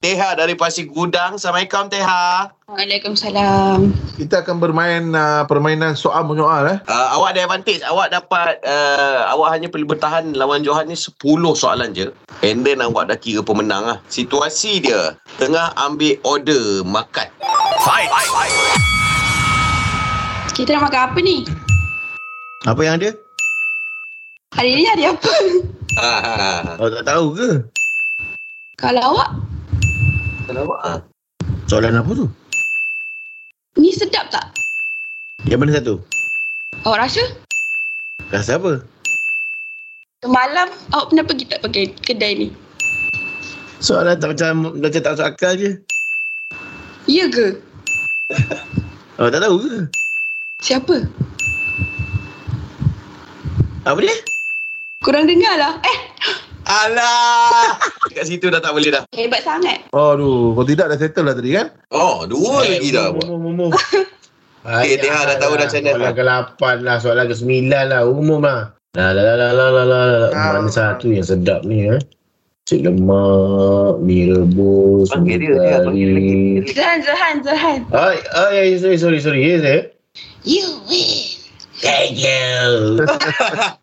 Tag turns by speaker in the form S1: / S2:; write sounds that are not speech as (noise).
S1: Teha dari Pasir Gudang. Assalamualaikum Teha.
S2: Waalaikumsalam.
S3: Kita akan bermain uh, permainan soal menyoal eh.
S1: Uh, awak ada advantage. Awak dapat uh, awak hanya perlu bertahan lawan Johan ni 10 soalan je. And then awak dah kira pemenang lah. Situasi dia tengah ambil order makan.
S2: Kita nak makan apa ni?
S4: Apa yang ada?
S2: Hari ni hari apa? (laughs)
S1: Ah,
S4: Awak tak tahu ke?
S2: Kalau awak,
S1: ah.
S4: Soalan apa tu?
S2: ni sedap tak?
S4: Yang mana satu?
S2: Awak rasa?
S4: Rasa apa?
S2: Semalam awak pernah pergi tak pakai kedai ni?
S4: Soalan tak macam macam tak masuk akal je.
S2: Ya ke?
S4: Awak Oh, tak tahu ke?
S2: Siapa?
S4: Apa dia?
S2: Kurang dengar lah. Eh,
S1: Alah. Dekat situ dah tak boleh dah.
S2: hebat sangat.
S3: Aduh, kalau tidak dah settle lah tadi kan?
S1: Oh, dua lagi dah awak.
S5: Umum-umum.
S1: (laughs) Eh, Teha dah tahu dah macam mana.
S5: Soalan ke-8 lah, soalan ke-9 lah, umum lah. Lah lah lah lah lah lah lah.
S3: Ah.
S5: Mana satu yang sedap ni eh? Cik lemak, mie rebus,
S1: Panggil dia, dia panggil lagi.
S5: kari.
S2: Zahan, Zahan, Zahan.
S5: Oh, oh, yeah,
S2: Ya,
S5: sorry, sorry, sorry. Yes, eh?
S2: You win.
S5: Thank you.